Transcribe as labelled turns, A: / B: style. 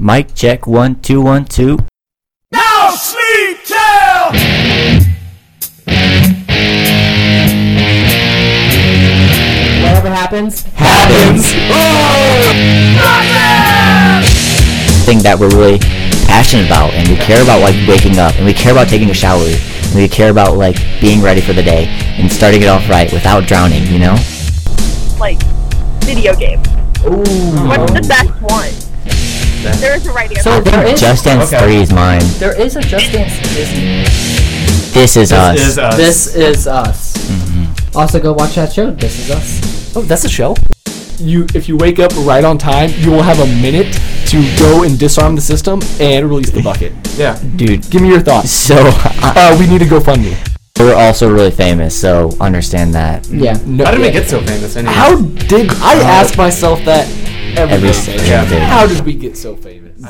A: Mic check one two one two.
B: Now sleep till.
C: Whatever happens,
A: Happens. Thing that we're really passionate about, and we care about like waking up, and we care about taking a shower, and we care about like being ready for the day and starting it off right without drowning. You know.
D: like video game. What's the best one? There is a right answer.
C: so there is
A: Just Dance
B: Okay.
A: 3 is mine.
C: there is a Just Dance Disney.
A: This is us.
B: This is uh, us.
C: This is us. Also, go watch that show. This is us. Oh, that's a show.
E: you if you wake up right on time, you will have a minute to go and disarm the system and release the bucket.
B: yeah.
A: Dude,
E: Give me your thoughts.
A: so uh,
E: Uh, we need to go fund me.
A: we're also really famous, so understand that.
C: Yeah.
E: No,
B: How did we get so famous? Anyway?
E: How did I ask myself that every,
A: Every
E: day.
A: single
B: Yeah.
A: day.
E: How did we get so famous?